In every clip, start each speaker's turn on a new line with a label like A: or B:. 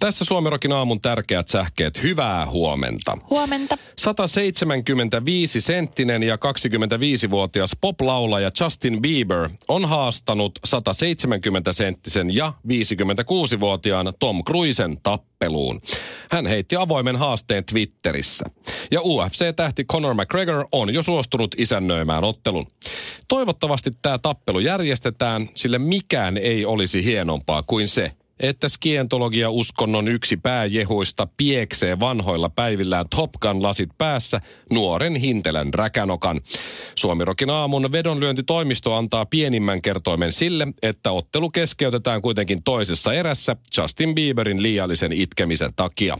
A: Tässä Suomerokin aamun tärkeät sähkeet. Hyvää huomenta.
B: Huomenta.
A: 175 senttinen ja 25-vuotias poplaulaja Justin Bieber on haastanut 170 senttisen ja 56-vuotiaan Tom Cruisen tappeluun. Hän heitti avoimen haasteen Twitterissä. Ja UFC-tähti Conor McGregor on jo suostunut isännöimään ottelun. Toivottavasti tämä tappelu järjestetään, sillä mikään ei olisi hienompaa kuin se, että skientologia-uskonnon yksi pääjehuista pieksee vanhoilla päivillään Topkan lasit päässä nuoren hintelän räkänokan. Suomirokin aamun vedonlyöntitoimisto antaa pienimmän kertoimen sille, että ottelu keskeytetään kuitenkin toisessa erässä Justin Bieberin liiallisen itkemisen takia.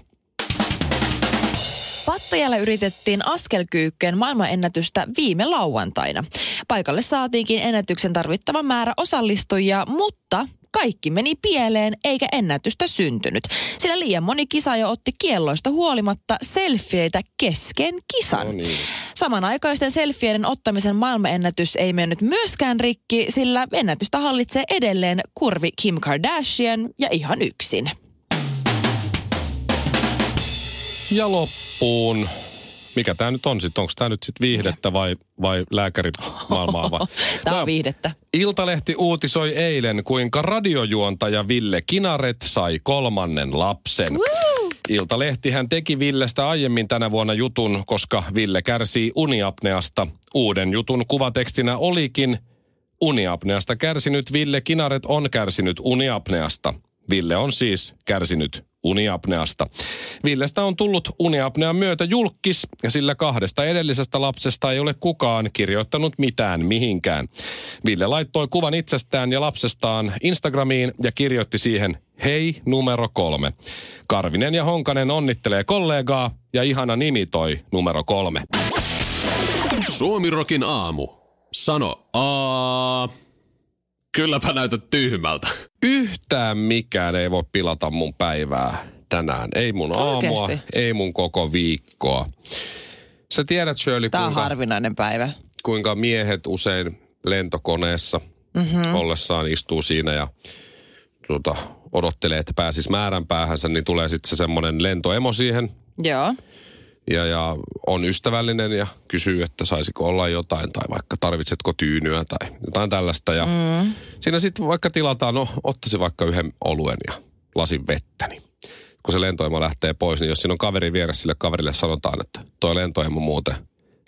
B: Pattajalla yritettiin askelkyykkeen maailmanennätystä viime lauantaina. Paikalle saatiinkin ennätyksen tarvittava määrä osallistujia, mutta kaikki meni pieleen eikä ennätystä syntynyt, sillä liian moni kisaaja otti kielloista huolimatta selfieitä kesken kisan.
A: No niin.
B: Samanaikaisten selfieiden ottamisen maailmanennätys ei mennyt myöskään rikki, sillä ennätystä hallitsee edelleen kurvi Kim Kardashian ja ihan yksin.
A: Ja loppuun. Mikä tämä nyt on sitten? Onko tämä nyt sitten viihdettä vai, vai lääkärimaailmaa? Vai?
B: Tämä
A: No,
B: on viihdettä.
A: Iltalehti uutisoi eilen, kuinka radiojuontaja Ville Kinaret sai kolmannen lapsen.
B: Woo!
A: Iltalehti hän teki Villestä aiemmin tänä vuonna jutun, koska Ville kärsii uniapneasta. Uuden jutun kuvatekstinä olikin Uniapneasta kärsinyt Ville Kinaret on kärsinyt uniapneasta. Ville on siis kärsinyt uniapneasta. Villestä on tullut uniapnean myötä julkis, ja sillä kahdesta edellisestä lapsesta ei ole kukaan kirjoittanut mitään mihinkään. Ville laittoi kuvan itsestään ja lapsestaan Instagramiin ja kirjoitti siihen Hei numero kolme. Karvinen ja Honkanen onnittelee kollegaa ja ihana nimi toi numero kolme.
C: Suomirokin aamu. Sano A. Kylläpä näytät tyhmältä.
A: yhtään mikään ei voi pilata mun päivää tänään. Ei mun aamua,
B: Oikeesti?
A: ei mun koko viikkoa. Sä tiedät Shirley,
B: Tämä on
A: kuinka,
B: harvinainen päivä.
A: kuinka miehet usein lentokoneessa mm-hmm. ollessaan istuu siinä ja tuota, odottelee, että pääsis määränpäähänsä, niin tulee sitten se semmoinen lentoemo siihen
B: Joo.
A: ja, ja on ystävällinen ja kysyy, että saisiko olla jotain tai vaikka tarvitsetko tyynyä tai jotain tällaista. Ja mm. Siinä sitten vaikka tilataan, no ottaisi vaikka yhden oluen ja lasin vettä, niin kun se lentoema lähtee pois, niin jos siinä on kaveri vieressä, sille kaverille sanotaan, että toi lentoema muuten,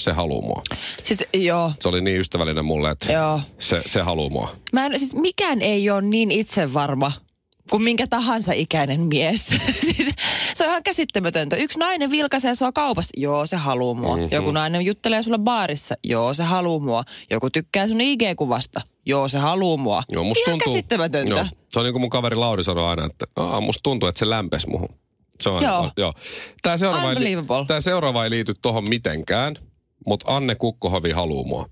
A: se haluu mua.
B: Siis joo,
A: Se oli niin ystävällinen mulle, että
B: joo.
A: se, se haluu mua.
B: Mä en, siis mikään ei ole niin itsevarma kuin minkä tahansa ikäinen mies. siis, se on ihan käsittämätöntä. Yksi nainen vilkaisee sua kaupassa, joo se haluu mua.
A: Mhm.
B: Mm-hmm. Joku nainen juttelee sulle baarissa, joo se haluu mua. Joku tykkää sun IG-kuvasta, joo se haluu mua.
A: Joo, musta
B: ihan
A: tuntuu,
B: käsittämätöntä.
A: Joo, se on niin kuin mun kaveri Lauri sanoi aina, että Aa, musta tuntuu, että se lämpes muhun. Se on
B: Joo.
A: Aina, joo. Tämä, seuraava ei, li-
B: Unbelievable.
A: tää seuraava ei liity tohon mitenkään, mutta Anne Kukkohovi haluu mua.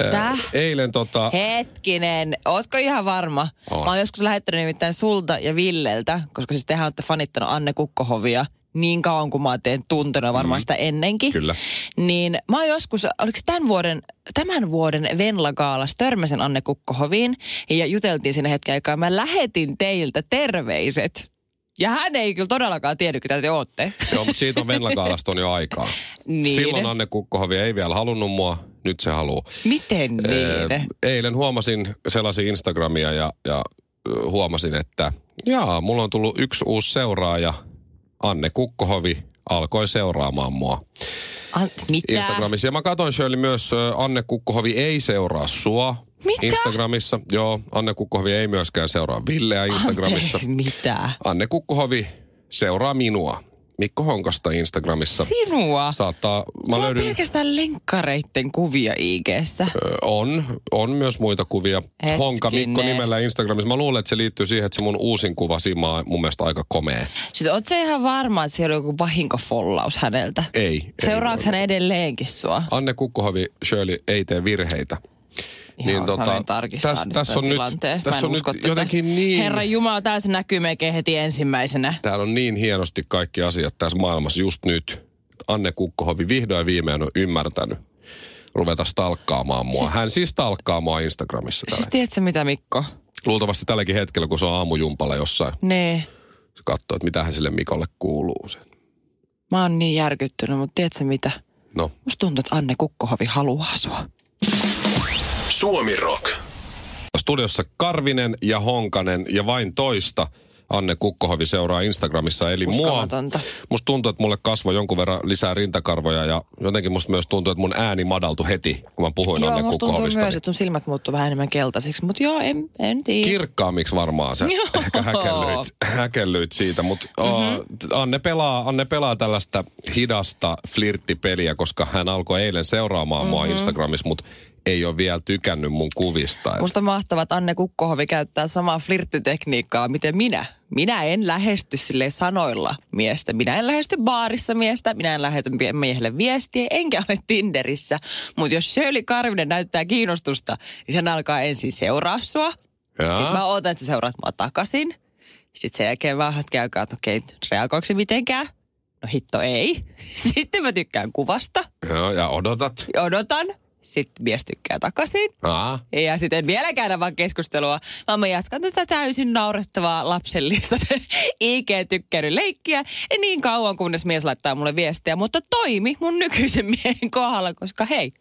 A: Ö,
B: Tää?
A: Eilen tota...
B: Hetkinen, ootko ihan varma?
A: Oon.
B: Mä oon joskus lähettänyt nimittäin sulta ja Villeltä, koska siis tehän olette fanittanut Anne Kukkohovia niin kauan kuin mä oon teidän tuntenut ja varmaan sitä ennenkin.
A: Mm. Kyllä.
B: Niin mä oon joskus, oliko se tämän vuoden, tämän vuoden Venlagaalas törmäsin Anne Kukkohoviin ja juteltiin siinä hetken aikaa. Mä lähetin teiltä terveiset. Ja hän ei kyllä todellakaan tiennyt, ketä te ootte.
A: Joo, mutta siitä on Venlakaalasta on jo aikaa.
B: Niin.
A: Silloin Anne Kukkohovi ei vielä halunnut mua, nyt se haluu.
B: Miten niin?
A: Ö, Eh, eilen huomasin sellaisia Instagramia ja, ja ö, huomasin, että jaa, mulla on tullut yksi uusi seuraaja, Anne Kukkohovi, alkoi seuraamaan mua
B: An- mitä?
A: Instagramissa. Ja mä katsoin Shirley myös, ö, Anne Kukkohovi ei seuraa sua.
B: Mitä?
A: Instagramissa. Joo, Anne Kukkohovi ei myöskään seuraa Villeä Instagramissa.
B: Anteeksi, mitä?
A: Anne Kukkohovi seuraa minua. Mikko Honkasta Instagramissa.
B: Sinua?
A: Saattaa,
B: Mä
A: mä
B: Sulla
A: löydyn,
B: on pelkästään lenkkareitten kuvia IGssä.
A: Ö, on, on myös muita kuvia.
B: Hetkinen.
A: Honka Mikko nimellä Instagramissa. Mä luulen, että se liittyy siihen, että se mun uusin kuva simaa mun mielestä aika komea.
B: Siis oot sä ihan varma, että siellä on joku vahinkofollaus häneltä?
A: Ei.
B: Seuraaks
A: ei,
B: hän edelleenkin sua?
A: Anne Kukkohavi, Shirley, ei tee virheitä.
B: Ihan, mä menen tarkistamaan
A: tässä
B: nyt
A: Niin, tota, täs on nyt,
B: tämän tilanteen. Mä
A: tässä
B: en
A: on nyt
B: usko tätä.
A: jotenkin niin,
B: Herra Jumala, tää se näkyy melkein heti ensimmäisenä.
A: täällä on niin hienosti kaikki asiat tässä maailmassa just nyt. Anne Kukkohavi vihdoin ja viimein on ymmärtänyt ruveta stalkkaamaan mua. Siis, Hän siis stalkkaa mua Instagramissa.
B: Siis
A: Siis
B: tiedätkö mitä Mikko?
A: Luultavasti tälläkin hetkellä, kun se on aamujumpalla jossain,
B: Nee.
A: se katsoo, että mitähän sille Mikolle kuuluu sen.
B: Mä oon niin järkyttynyt, mutta tiedätkö mitä?
A: No,
B: Musta tuntuu, että Anne Kukkohovi haluaa sua.
C: Suomi Rock.
A: studiossa Karvinen ja Honkanen ja vain toista Anne Kukkohovi seuraa Instagramissa, eli mua.
B: Uskomatonta.
A: Musta tuntuu, että mulle kasvoi jonkun verran lisää rintakarvoja ja jotenkin musta myös tuntuu, että mun ääni madaltui heti, kun mä puhuin
B: Joo,
A: Anne
B: musta tuntuu
A: Kukkohovista.
B: myös,
A: niin
B: että sun silmät muuttuu vähän enemmän keltaisiksi, mutta joo, en, en tiedä.
A: Kirkkaammiksi varmaan se
B: Joo. Mhm.
A: ehkä häkellyit, häkellyit siitä, mutta mm-hmm. Anne, pelaa, Anne pelaa tällaista hidasta flirttipeliä, koska hän alkoi eilen seuraamaan mm-hmm. mua
B: Mhm.
A: Instagramissa, mutta ei ole vielä tykännyt mun kuvista. Et-
B: Musta mahtavaa, että Anne Kukkohovi käyttää samaa flirttitekniikkaa, miten minä. Minä en lähesty sille sanoilla miestä. Minä en lähesty baarissa miestä, minä en lähetä mie- miehelle viestiä, enkä ole Tinderissä. Mutta jos Shirley Karvinen näyttää kiinnostusta, niin hän alkaa ensin seuraa sua.
A: Jaa.
B: Sitten mä ootan, että sä seuraat mua takaisin. Sitten sen jälkeen mä hetken aikaa, että okei, reagoiko se mitenkään? No hitto ei. Sitten mä tykkään kuvasta,
A: Joo, ja odotat.
B: odotan. Sitten mies tykkää takaisin.
A: Aa.
B: Ja sitten en vielä käydä vaan keskustelua, vaan mä jatkan tätä täysin naurettavaa lapsellista IG-tykkäry leikkiä ja niin kauan, kunnes mies laittaa mulle viestiä. Mutta toimi mun nykyisen miehen kohdalla, koska hei,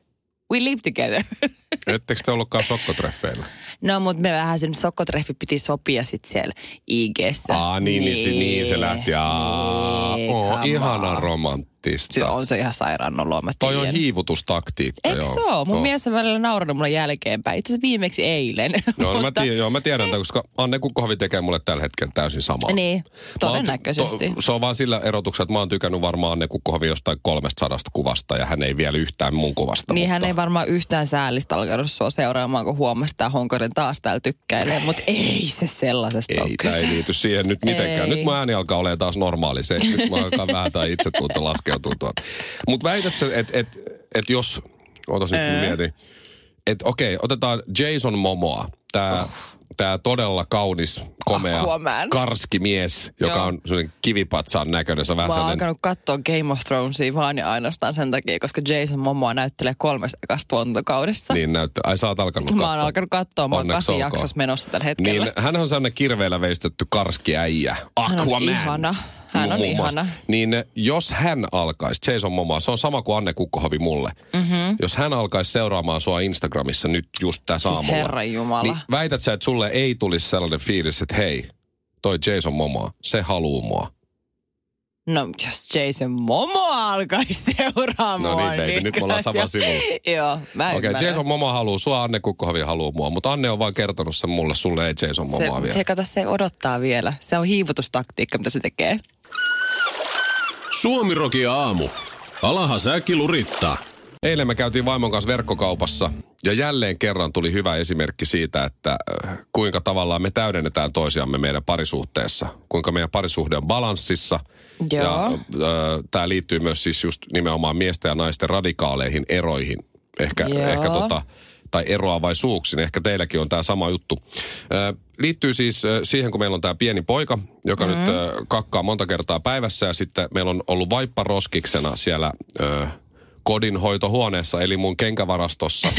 B: we live together.
A: Ettekö te ollutkaan sokkotreffeillä?
B: No, mutta me vähän sen sokkotreffi piti sopia sitten siellä IG-ssä.
A: Aa, niin, niin, se, niin se lähti. Aa,
B: Niin,
A: oo,
B: come
A: ihana
B: on. Se
A: romanttista.
B: on se ihan sairaan noloa, mä
A: Toi on
B: tiedän.
A: hiivutustaktiikka.
B: Eikö
A: joo.
B: se oo? Mun
A: Joo.
B: mies on välillä nauranut mulle jälkeenpäin. Itse asiassa viimeksi eilen.
A: Joo, no mä
B: Mutta- Eh.
A: tiedän, joo, mä tiedän tämän, koska Anne Kukkohavi tekee mulle tällä hetkellä täysin samaa.
B: Niin,
A: Mä oon ty-
B: todennäköisesti.
A: To, se on vaan sillä erotuksella, että mä oon tykännyt varmaan Anne Kukkohavi jostain 300 kuvasta ja hän ei vielä yhtään mun kuvasta.
B: Niin hän
A: mutta...
B: ei varmaan yhtään säällistä alkanut sua seuraamaan, kun huomasi, että Honkanen taas täällä tykkäilee. Mutta ei se sellaisesta ole
A: Ei, tämä
B: kyse.
A: ei liity siihen nyt mitenkään.
B: Ei.
A: Ei. Nyt mun ääni alkaa olemaan taas normaali. Se, nyt mä alkaa vähän tai itse tuolta laskeutua tuolta. Mutta väität sä, että et, et jos, ootas nyt
B: Öö.
A: kun mietin, että okei, otetaan Jason Momoa, tämä oh. tää todella kaunis, komea,
B: Aquaman.
A: karski mies, joka
B: Ah, Joo.
A: on sellainen kivipatsaan näköinen. Se on vähän
B: Mä oon
A: sellainen,
B: alkanut katsoa Game of Thronesia vaan ja ainoastaan sen takia, koska Jason Momoa näyttelee kolmessa ekassa tuotantokaudessa.
A: niin näyttää. Ai sä oot alkanut
B: Mä oon
A: kattoo.
B: alkanut katsoa, mä oon
A: Onneksi
B: kasi
A: olkoon.
B: jaksossa menossa tällä hetkellä.
A: Niin, hän on sellainen kirveellä veistetty karski äijä.
B: on
A: Aquaman.
B: ihana. Hän on
A: Muun muassa.
B: ihana.
A: Niin jos hän alkaisi, Jason Momoa, se on sama kuin Anne Kukkohavi mulle. Mm-hmm. Jos hän alkaisi seuraamaan sua Instagramissa nyt just tässä
B: Siis
A: aamulla.
B: herranjumala.
A: Niin väität sä, että sulle ei tulisi sellainen fiilis, että hei, toi Jason Momoa, se haluu mua.
B: No, jos Jason Momoa alkaisi seuraamaan.
A: No niin, baby, nyt me ollaan
B: kyllä
A: samalla sivulla.
B: Joo, mä
A: Okei, okay,
B: ymmärrän.
A: Jason Momoa haluu sua, Anne Kukkohavi haluu mua. Mutta Anne on vaan kertonut sen mulle, sulle ei Jason
B: se,
A: Momoa vielä.
B: se, kato, se odottaa vielä. Se on hiivutustaktiikka, mitä se tekee.
C: Suomi Rockin aamu. Alaha säkki lurittaa.
A: Eilen me käytiin vaimon kanssa verkkokaupassa ja jälleen kerran tuli hyvä esimerkki siitä, että äh, kuinka tavallaan me täydennetään toisiamme meidän parisuhteessa. Kuinka meidän parisuhde on balanssissa.
B: Joo.
A: Ja äh, tämä liittyy myös siis just nimenomaan miesten ja naisten radikaaleihin eroihin. Ehkä,
B: Joo.
A: ehkä tota, tai eroavaisuuksiin. Ehkä teilläkin on tämä sama juttu. Ö, liittyy siis ö, siihen, kun meillä on tämä pieni poika, joka
B: Mm-hmm.
A: mm. nyt ö, kakkaa monta kertaa päivässä ja sitten meillä on ollut vaipparoskiksena siellä ö, kodinhoitohuoneessa, eli mun kenkävarastossa,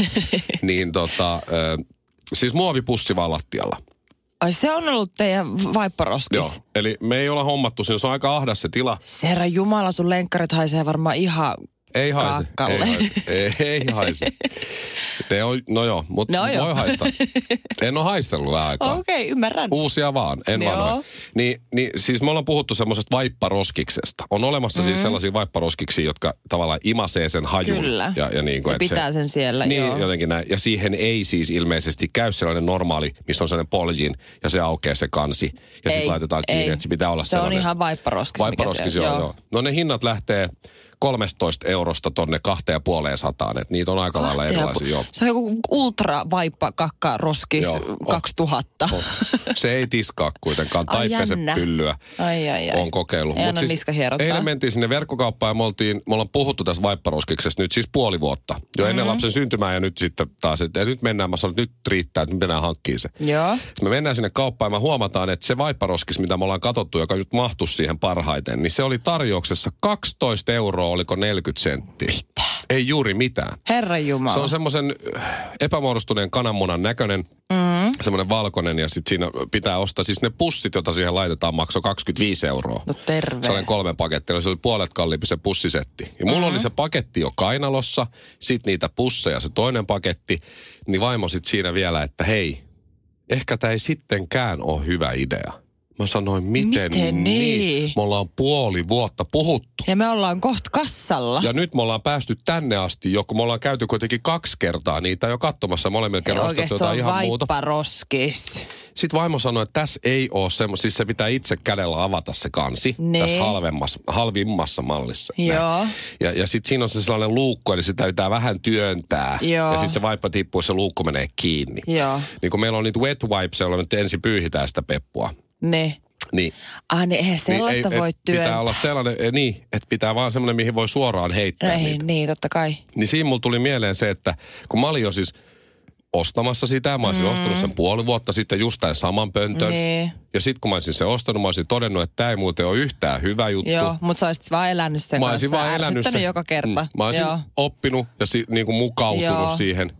A: niin tota, ö, siis muovipussi vaan lattialla.
B: Ai se on ollut teidän vaipparoskis?
A: Joo. Eli me ei olla hommattu sinne, se on aika ahdas se tila.
B: Herra Jumala, sun lenkkarit haisee varmaan ihan
A: Ei haise.
B: Kakkalle.
A: Ei haise. Ei, ei haise. Ne on, no joo, mutta
B: No
A: no
B: joo.
A: voi haista. En ole haistellut vähän aikaa.
B: Okei, okay, ymmärrän.
A: Uusia vaan, en vaan
B: Joo.
A: noin. Niin, niin, siis me ollaan puhuttu semmoisesta vaipparoskiksesta. On olemassa mm-hmm.
B: Mm.
A: siis sellaisia vaipparoskiksia, jotka tavallaan imasee sen hajun.
B: Kyllä.
A: Ja, ja niin kuin,
B: Ja pitää sen siellä,
A: Niin,
B: joo.
A: jotenkin näin. Ja siihen ei siis ilmeisesti käy sellainen normaali, missä on sellainen poljin ja se aukeaa se kansi. Ja
B: Ei,
A: sitten laitetaan kiinni,
B: ei.
A: että se pitää olla
B: Se on
A: sellainen.
B: ihan vaipparoskis, mikä
A: Vaipparoskis,
B: se on,
A: joo,
B: joo.
A: joo. joo. No ne hinnat lähtee 13 eurosta tonne kahteen ja puoleen sataan. Että niitä on aika lailla
B: Kahtea-
A: erilaisia. Joo.
B: Se on joku ultra vaippa kakka roskis
A: Joo, on.
B: 2000.
A: On. Se ei tiskaa kuitenkaan
B: Ai
A: tai pese
B: jännä.
A: pyllyä.
B: Ai, ai, ai.
A: Olen kokeillut.
B: Ei
A: Mut siis
B: anna niska hierottaa.
A: eilen mentiin sinne verkkokauppaan ja me, oltiin, me ollaan puhuttu tästä vaipparoskiksesta nyt siis puoli vuotta. Jo
B: Mm-hmm.
A: ennen lapsen syntymää ja nyt sitten taas, että ja nyt mennään, mä sanoin, että nyt riittää, että nyt mennään hankkiin se.
B: Joo.
A: Sitten me mennään sinne kauppaan ja me huomataan, että se vaipparoskis, mitä me ollaan katsottu, joka nyt mahtuu siihen parhaiten, niin se oli tarjouksessa 12 euroa, oliko 40 senttiä. Ei juuri mitään.
B: Herra Jumala.
A: Se on semmoisen äh, epämuodostuneen kananmunan näköinen,
B: Mm-hmm.
A: mm. semmoinen valkoinen ja sitten siinä pitää ostaa, siis ne pussit, joita siihen laitetaan, maksoi 25 euroa.
B: No terve.
A: Sellainen kolme pakettia, se oli puolet kalliimpi se pussisetti. Ja mulla mm-hmm. oli se paketti jo kainalossa, sit niitä pusseja, se toinen paketti, niin vaimo sit siinä vielä, että hei, ehkä tämä ei sittenkään ole hyvä idea. Mä sanoin, miten,
B: Miten niin?
A: niin? Me ollaan puoli vuotta puhuttu.
B: Ja me ollaan kohta kassalla.
A: Ja nyt me ollaan päästy tänne asti jo, kun me ollaan käyty kuitenkin kaksi kertaa niitä jo katsomassa. Molemmilla
B: Ei
A: kerran ostettu
B: oikeesti
A: jotain
B: se on
A: tuota ihan muuta.
B: vaippa roskis.
A: Sitten vaimo sanoi, että tässä ei ole semmoista, siis se pitää itse kädellä avata se kansi
B: Nee.
A: tässä halvemmassa, halvimmassa mallissa. Näin.
B: Niin. Joo.
A: Ja, ja sitten siinä on se sellainen luukku, eli sitä pitää vähän työntää.
B: Joo.
A: Ja sitten se vaippa tippuu ja se luukku menee kiinni.
B: Joo.
A: Niin kun meillä on niitä wet wipes, joilla me nyt ensin pyyhitään sitä peppua.
B: Ne.
A: Niin,
B: Ah, ne, eihän sellaista
A: niin ei,
B: voi
A: et
B: työntää.
A: Pitää olla sellainen, eh, niin, että pitää vaan sellainen, mihin voi suoraan heittää
B: No ei,
A: niitä.
B: niin, totta kai.
A: Niin siinä mulla tuli mieleen se, että kun mä olin jo siis ostamassa sitä, mä olisin mm. ostanut sen puoli vuotta sitten just tämän saman pöntön.
B: Niin.
A: Ja sitten kun mä olisin sen ostanut, mä olisin todennut, että tämä ei muuten ole yhtään hyvä juttu.
B: Joo, mutta sä olisit vaan elänyt sen
A: Mä
B: kanssa.
A: olisin vaan elänyt
B: ärsyttänyt
A: sen.
B: joka kerta.
A: Mm, Mä olisin
B: Joo.
A: oppinut ja si, niin kuin mukautunut
B: Joo.
A: Joo. siihen.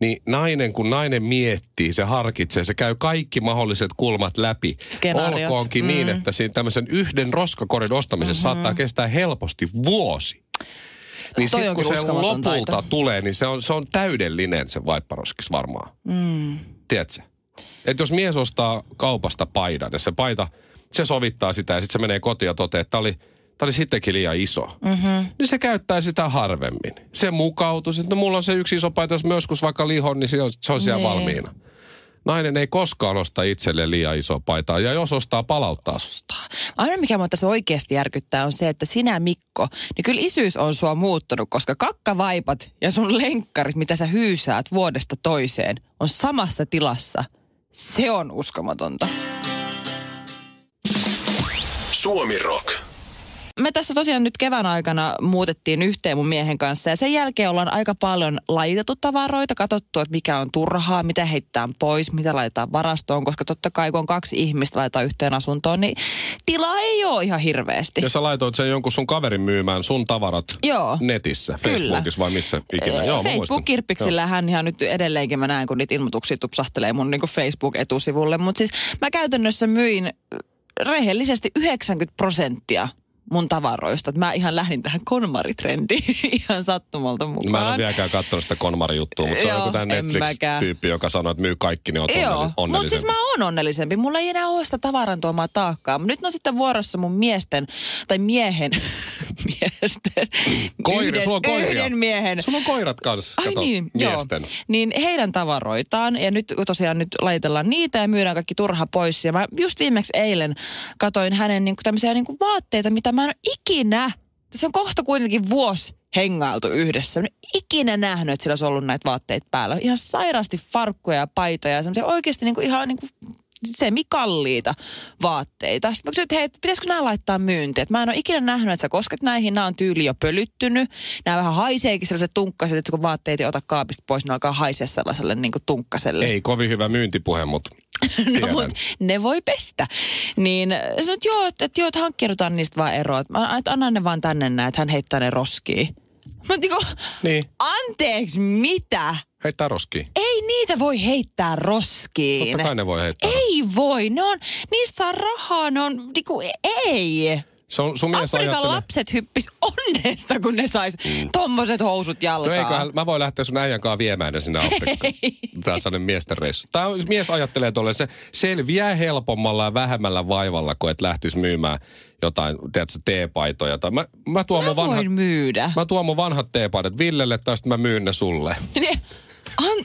A: Niin nainen, kun nainen miettii, se harkitsee, se käy kaikki mahdolliset kulmat läpi.
B: Skenaariot.
A: Olkoonkin mm. niin, että siinä tämmöisen yhden roskakorin ostamisessa mm-hmm. saattaa kestää helposti vuosi. Niin
B: Toi
A: sit,
B: onkin
A: kun se
B: uskomaton
A: lopulta
B: taito.
A: tulee, niin se on, se on täydellinen se vaipparoskis varmaan. Mm. Tiedätkö? Että jos mies ostaa kaupasta paidan ja se paita, se sovittaa sitä ja sitten se menee kotiin ja toteaa, että tämä oli, tää oli sittenkin liian iso. Mm-hmm. Niin se käyttää sitä harvemmin. Se mukautuu, että no mulla on se yksi iso paita, jos mä joskus vaikka lihon, niin se on, se on siellä
B: Niin.
A: valmiina. Nainen ei koskaan osta itselleen liian isoa paitaa ja jos ostaa, palauttaa se.
B: Aina mikä mua tässä oikeasti järkyttää on se, että sinä Mikko, niin kyllä isyys on sua muuttunut, koska kakkavaipat ja sun lenkkarit, mitä sä hyysäät vuodesta toiseen, on samassa tilassa. Se on uskomatonta.
C: Suomi Rock.
B: Me tässä tosiaan nyt kevään aikana muutettiin yhteen mun miehen kanssa ja sen jälkeen ollaan aika paljon laitettu tavaroita, katsottu, että mikä on turhaa, mitä heittää pois, mitä laitetaan varastoon, koska totta kai kun on kaksi ihmistä laitetaan yhteen asuntoon, niin tilaa ei ole ihan hirveästi.
A: Ja sä laitoit sen jonkun sun kaverin myymään sun tavarat
B: Joo.
A: netissä,
B: Kyllä.
A: Facebookissa vai missä ikinä.
B: Ee,
A: Joo, mä muistan.
B: Facebook-kirppiksillä hän ihan nyt edelleenkin mä näen, kun niitä ilmoituksia tupsahtelee mun niin Facebook-etusivulle. Mutta siis mä käytännössä myin rehellisesti 90 prosenttia mun tavaroista. Et Mä ihan lähdin tähän konmaritrendiin ihan sattumalta
A: Joo.
B: mukaan.
A: Mä en ole vieläkään katsonut sitä Konmari-juttua, mutta se on
B: Joo,
A: joku tämä
B: en
A: Netflix-tyyppi, joka sanoo, että myy kaikki, niin on
B: Joo, mutta
A: onnellisempi.
B: siis mä oon onnellisempi. Mulla ei enää ole sitä tavaran tuomaa taakkaa. Mut Nyt on sitten vuorossa mun miesten, tai miehen, miesten,
A: Koira,
B: yhden,
A: sulla on koiria.
B: yhden miehen
A: Sulla on koirat kanssa,
B: Ai
A: kato,
B: niin,
A: miesten.
B: joo. Niin heidän tavaroitaan ja nyt kun tosiaan nyt laitellaan niitä ja myydään kaikki turha pois. Ja mä just viimeksi eilen katoin hänen niin tämmöisiä niin vaatteita, mitä mä en ole ikinä, se on kohta kuitenkin vuosi hengailtu yhdessä. Mä en ole ikinä nähnyt, että sillä olisi ollut näitä vaatteita päällä. Ihan sairaasti farkkuja ja paitoja ja semmoisia oikeasti niin kuin ihan niin kuin semikalliita vaatteita. Sitten mä kysyin, että hei, että pitäisikö nämä laittaa myyntiin? Että mä en ole ikinä nähnyt, että sä kosket näihin, nämä on tyyli jo pölyttynyt. Nämä vähän haiseekin sellaiset tunkkaset, että kun vaatteet ei ota kaapista pois, ne alkaa haisea sellaiselle niin kuin tunkkaselle.
A: Ei kovin hyvä myyntipuhe, mutta
B: No,
A: tiedän.
B: mut ne voi pestä. Niin äh, sanoin, että joo, että, että, joo, että hankkiudutaan niistä vaan eroa. Että, mä- että anna ne vaan tänne näin, että hän heittää ne roskiin. Mä oon niinku,
A: Niin,
B: anteeksi, mitä?
A: heittää roskiin.
B: Ei niitä voi heittää roskiin.
A: Totta kai ne voi heittää.
B: Ei voi, ne on, niistä saa rahaa, ne on, niinku, ei.
A: Se on, sun mies
B: Afrikan
A: ajattelee...
B: lapset hyppis onnesta, kun ne sais tommoset housut
A: Mm. No
B: jalkaan.
A: eiköhän, mä voin lähteä sun äijän kanssa viemään ne sinne Afrikkaan. Tää on sellainen miesten reissu. Tää on, mies ajattelee tuolle, se selviää helpommalla ja vähemmällä vaivalla, kuin et lähtisi myymään jotain, tiedätkö, teepaitoja. Tai mä, mä, tuon
B: mä
A: mun
B: voin
A: vanhat,
B: myydä.
A: mä tuon mun vanhat teepaidat Villelle, tai sitten mä myyn ne sulle.
B: Ne, an,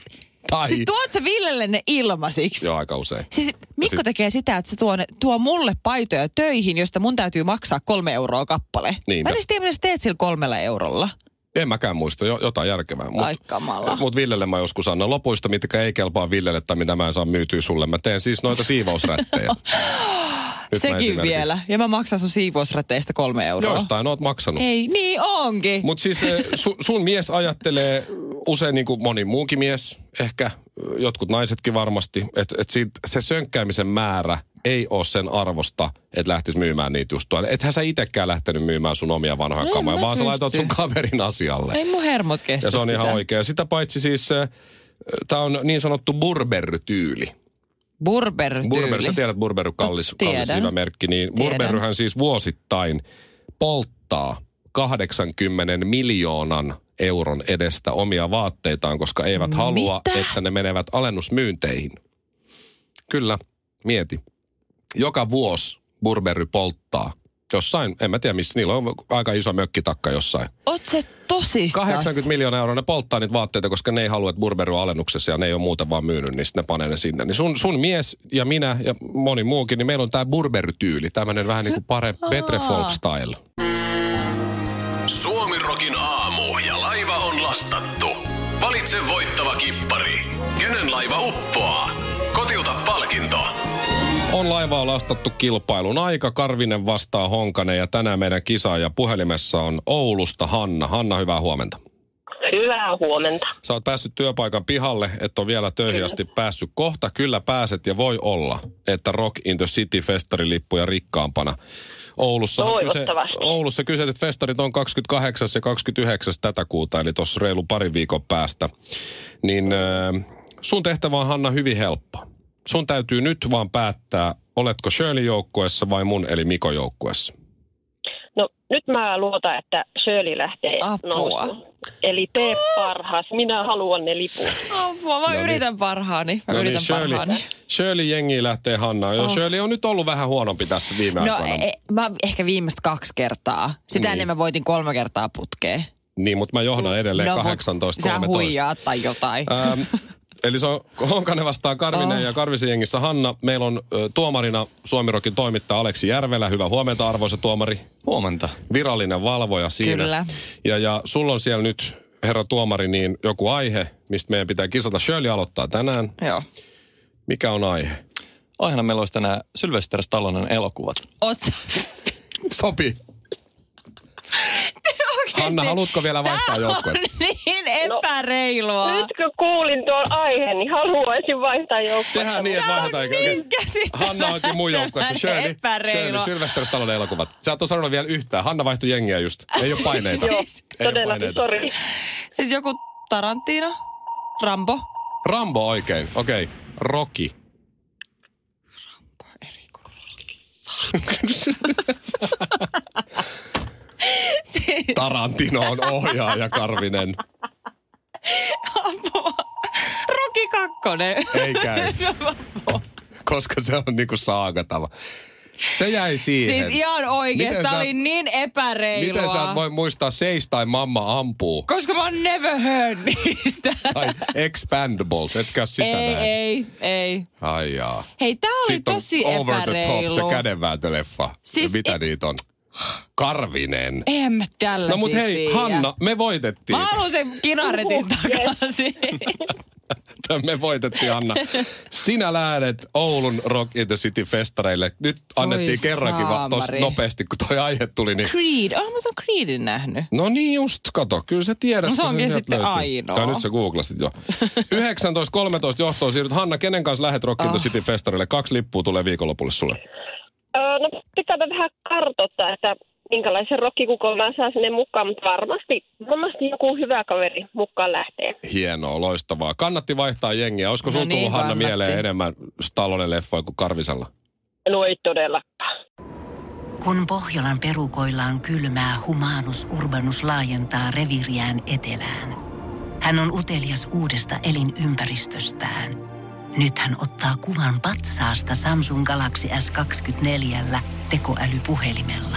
A: Tai-
B: siis tuot sä Villelle ne ilmaisiksi?
A: Joo, aika usein.
B: Siis Mikko
A: sit-
B: tekee sitä, että se tuo, ne- tuo mulle paitoja töihin, josta mun täytyy maksaa kolme euroa kappale.
A: Niinpä.
B: Mä en edes tiedä, mitä sä teet sillä kolmella eurolla.
A: En mäkään muista, jo, jotain järkevää.
B: Ai kamala.
A: Mutta Villelle mä joskus annan lopuista, mitkä ei kelpaa Villelle tai mitä mä en saa myytyä sulle. Mä teen siis noita siivousrättejä. Nyt mä
B: Sekin
A: esimerkiksi-
B: vielä. Ja mä maksan sun siivousräteistä kolme euroa.
A: Joistain oot maksanut.
B: Ei, niin onkin.
A: Mutta siis eh, su, sun mies ajattelee usein niin kuin moni muukin mies, ehkä eh, jotkut naisetkin varmasti, että et siitä- se sönkkäämisen määrä ei ole sen arvosta, että lähtisi myymään niitä just tuolla. Ethän sä itsekään lähtenyt myymään sun omia vanhoja
B: No
A: no
B: en
A: kamoja,
B: mä
A: vaan sä
B: pysty.
A: laitoit sun kaverin asialle.
B: Ei mun hermot kestä
A: ja se on
B: sitä.
A: ihan oikea. Sitä paitsi siis, tämä on niin sanottu burberry-tyyli.
B: Burber-tyyli.
A: Burberry, sä tiedät Burberry kallis,
B: Tot-
A: kallis
B: tiedän.
A: hyvä merkki, niin
B: Tiedän.
A: Burberryhän siis vuosittain polttaa 80 miljoonan euron edestä omia vaatteitaan, koska eivät halua,
B: Mitä?
A: että ne menevät alennusmyynteihin. Kyllä, mieti. Joka vuosi Burberry polttaa jossain, en mä tiedä missä, niillä on aika iso mökkitakka jossain.
B: Oot se tosissas?
A: 80 miljoonaa euroa ne polttaa niitä vaatteita, koska ne ei halua, että Burberry on alennuksessa ja ne ei ole muuta vaan myynyt, niin sitten ne panee ne sinne. Niin sun, sun mies ja minä ja moni muukin, niin meillä on tämä Burberry-tyyli, tämmöinen vähän niin kuin pare, Betre Folk Style.
C: Suomirokin aamu ja laiva on lastattu. Valitse voittava kippari. Kenen laiva uppoaa? Kotiuta palkinto.
A: On laivaa lastattu kilpailun aika. Karvinen vastaa Honkanen ja tänään meidän kisaaja puhelimessa on Oulusta Hanna. Hanna, hyvää huomenta.
D: Hyvää huomenta.
A: Sä oot päässyt työpaikan pihalle, et ole vielä töihin asti päässyt. Kohta kyllä pääset ja voi olla, että Rock in the City festarilippuja rikkaampana. Oulussa
D: Toivottavasti.
A: Oulussa kyseiset festarit on 28. ja 29. tätä kuuta, eli tuossa reilu pari viikon päästä. Niin äh, sun tehtävä on Hanna hyvin helppo. Sun täytyy nyt vaan päättää, oletko Shirley joukkueessa vai mun eli Miko joukkueessa.
D: No nyt mä luotan, että Shirley lähtee
B: Apua.
D: nousuun. Eli tee parhaas, minä haluan ne liput.
B: Apua, mä
A: No niin.
B: yritän parhaani. Mä yritän
A: No Shirley,
B: parhaani.
A: Shirley jengi lähtee Hannaan. Oh.
B: Oh.
A: Shirley on nyt ollut vähän huonompi tässä viime
B: No
A: aikoina.
B: e, mä ehkä viimeistä kaksi kertaa. Sitä
A: Niin.
B: niin. ennen mä voitin kolme kertaa putkeen.
A: Niin, mutta mä johdan edelleen
B: no,
A: no,
B: mut
A: 18
B: Sä
A: 13.
B: huijaat tai jotain. Äh.
A: Ähm, eli se on Honkanen vastaan Karvinen
B: Oh.
A: ja Karvisen jengissä Hanna. Meillä on ö, tuomarina Suomirokin toimittaja Aleksi Järvelä. Hyvää huomenta arvoisa tuomari.
E: Huomenta.
A: Virallinen valvoja siinä.
B: Kyllä.
A: Ja, ja sulla on siellä nyt, herra tuomari, niin joku aihe, mistä meidän pitää kisata. Shirley aloittaa tänään.
B: Joo.
A: Mikä on aihe?
E: Aiheena meillä olisi tänään Sylvester Stallonen elokuvat.
B: Oot sä
A: Sopi.
B: oikeesti-
A: Hanna, haluatko vielä vaihtaa
B: Tää on
A: joukkuetta?
B: niin epäreilua.
D: Nyt kun kuulin tuon aiheen, niin haluaisin vaihtaa joukkuetta.
A: Tehdään niin, että
B: Tää
A: vaihdetaan.
B: on
A: eikä- okei.
B: niin käsittämätöntä.
A: Hanna onkin mun joukkueessa. Shirley, Shirley
B: Epäreilua.
A: Sylvester Stallone elokuvat. Sä et ole sanonut vielä yhtään. Hanna vaihtoi jengiä just. Ei ole paineita.
D: Joo,
B: Siis-
A: Ei ole
D: todellakin,
A: paineita.
D: sori.
B: Siis joku Tarantino? Rambo?
A: Rambo oikein, okei. Okay. Rocky.
B: Siis
A: Tarantino on ohjaaja Karvinen.
B: apua. Rocky kakkonen.
A: Ei käy, koska se on niinku saakatava. Se jäi siihen.
B: Siis ihan
A: Miten
B: oikeesti,
A: sä-
B: tää oli niin epäreilua.
A: Miten sä et voi muistaa Seis tai Mamma ampuu?
B: Koska mä oon never heard niistä.
A: Tai Expandables, etkä sitä
B: ei,
A: näin.
B: ei, ei.
A: Ai jaa.
B: Hei, tää oli
A: Sitten on
B: tosi
A: Over the Top,
B: epäreilu.
A: se kädenvääntöleffa.
B: Siis
A: Mitä
B: ei-
A: niitä on? Karvinen.
B: Eihän mä tällaisia
A: No mut hei,
B: tiedä.
A: Hanna, me voitettiin.
B: siis niin, Mä haluan sen kinaretin takaisin.
A: Me voitettiin, Anna. Sinä lähdet Oulun Rock in the City festareille. Nyt annettiin kerrankin vaan tos
B: saamari.
A: nopeasti, kun toi aihe tuli. Niin...
B: Creed, oh, mä oon Creedin nähnyt.
A: No niin just, kato. Kyllä sä tiedät,
B: No se
A: kun
B: onkin
A: sieltä
B: sitten ainoa.
A: Ja nyt sä googlasit jo. 19.13 johtoon siirryt. Hanna, kenen kanssa lähet Rock in the
B: Ah.
A: City festareille? Kaksi lippua tulee viikonlopulle sulle.
D: Öö, no pitääpä vähän kartoittaa, että minkälaisen rokkikukon mä saan sinne mukaan, mutta varmasti, varmasti joku hyvä kaveri mukaan lähtee.
A: Hienoa, loistavaa. Kannatti vaihtaa jengiä. Olisiko
B: No
A: sulla
B: niin,
A: tullut, Hanna,
B: kannatti.
A: mieleen enemmän Stallonen leffoja kuin Karvisella?
D: No ei todellakaan.
F: Kun Pohjolan perukoillaan kylmää, humanus urbanus laajentaa reviriään etelään. Hän on utelias uudesta elinympäristöstään. Nyt hän ottaa kuvan patsaasta Samsung Galaxy S24 tekoälypuhelimella.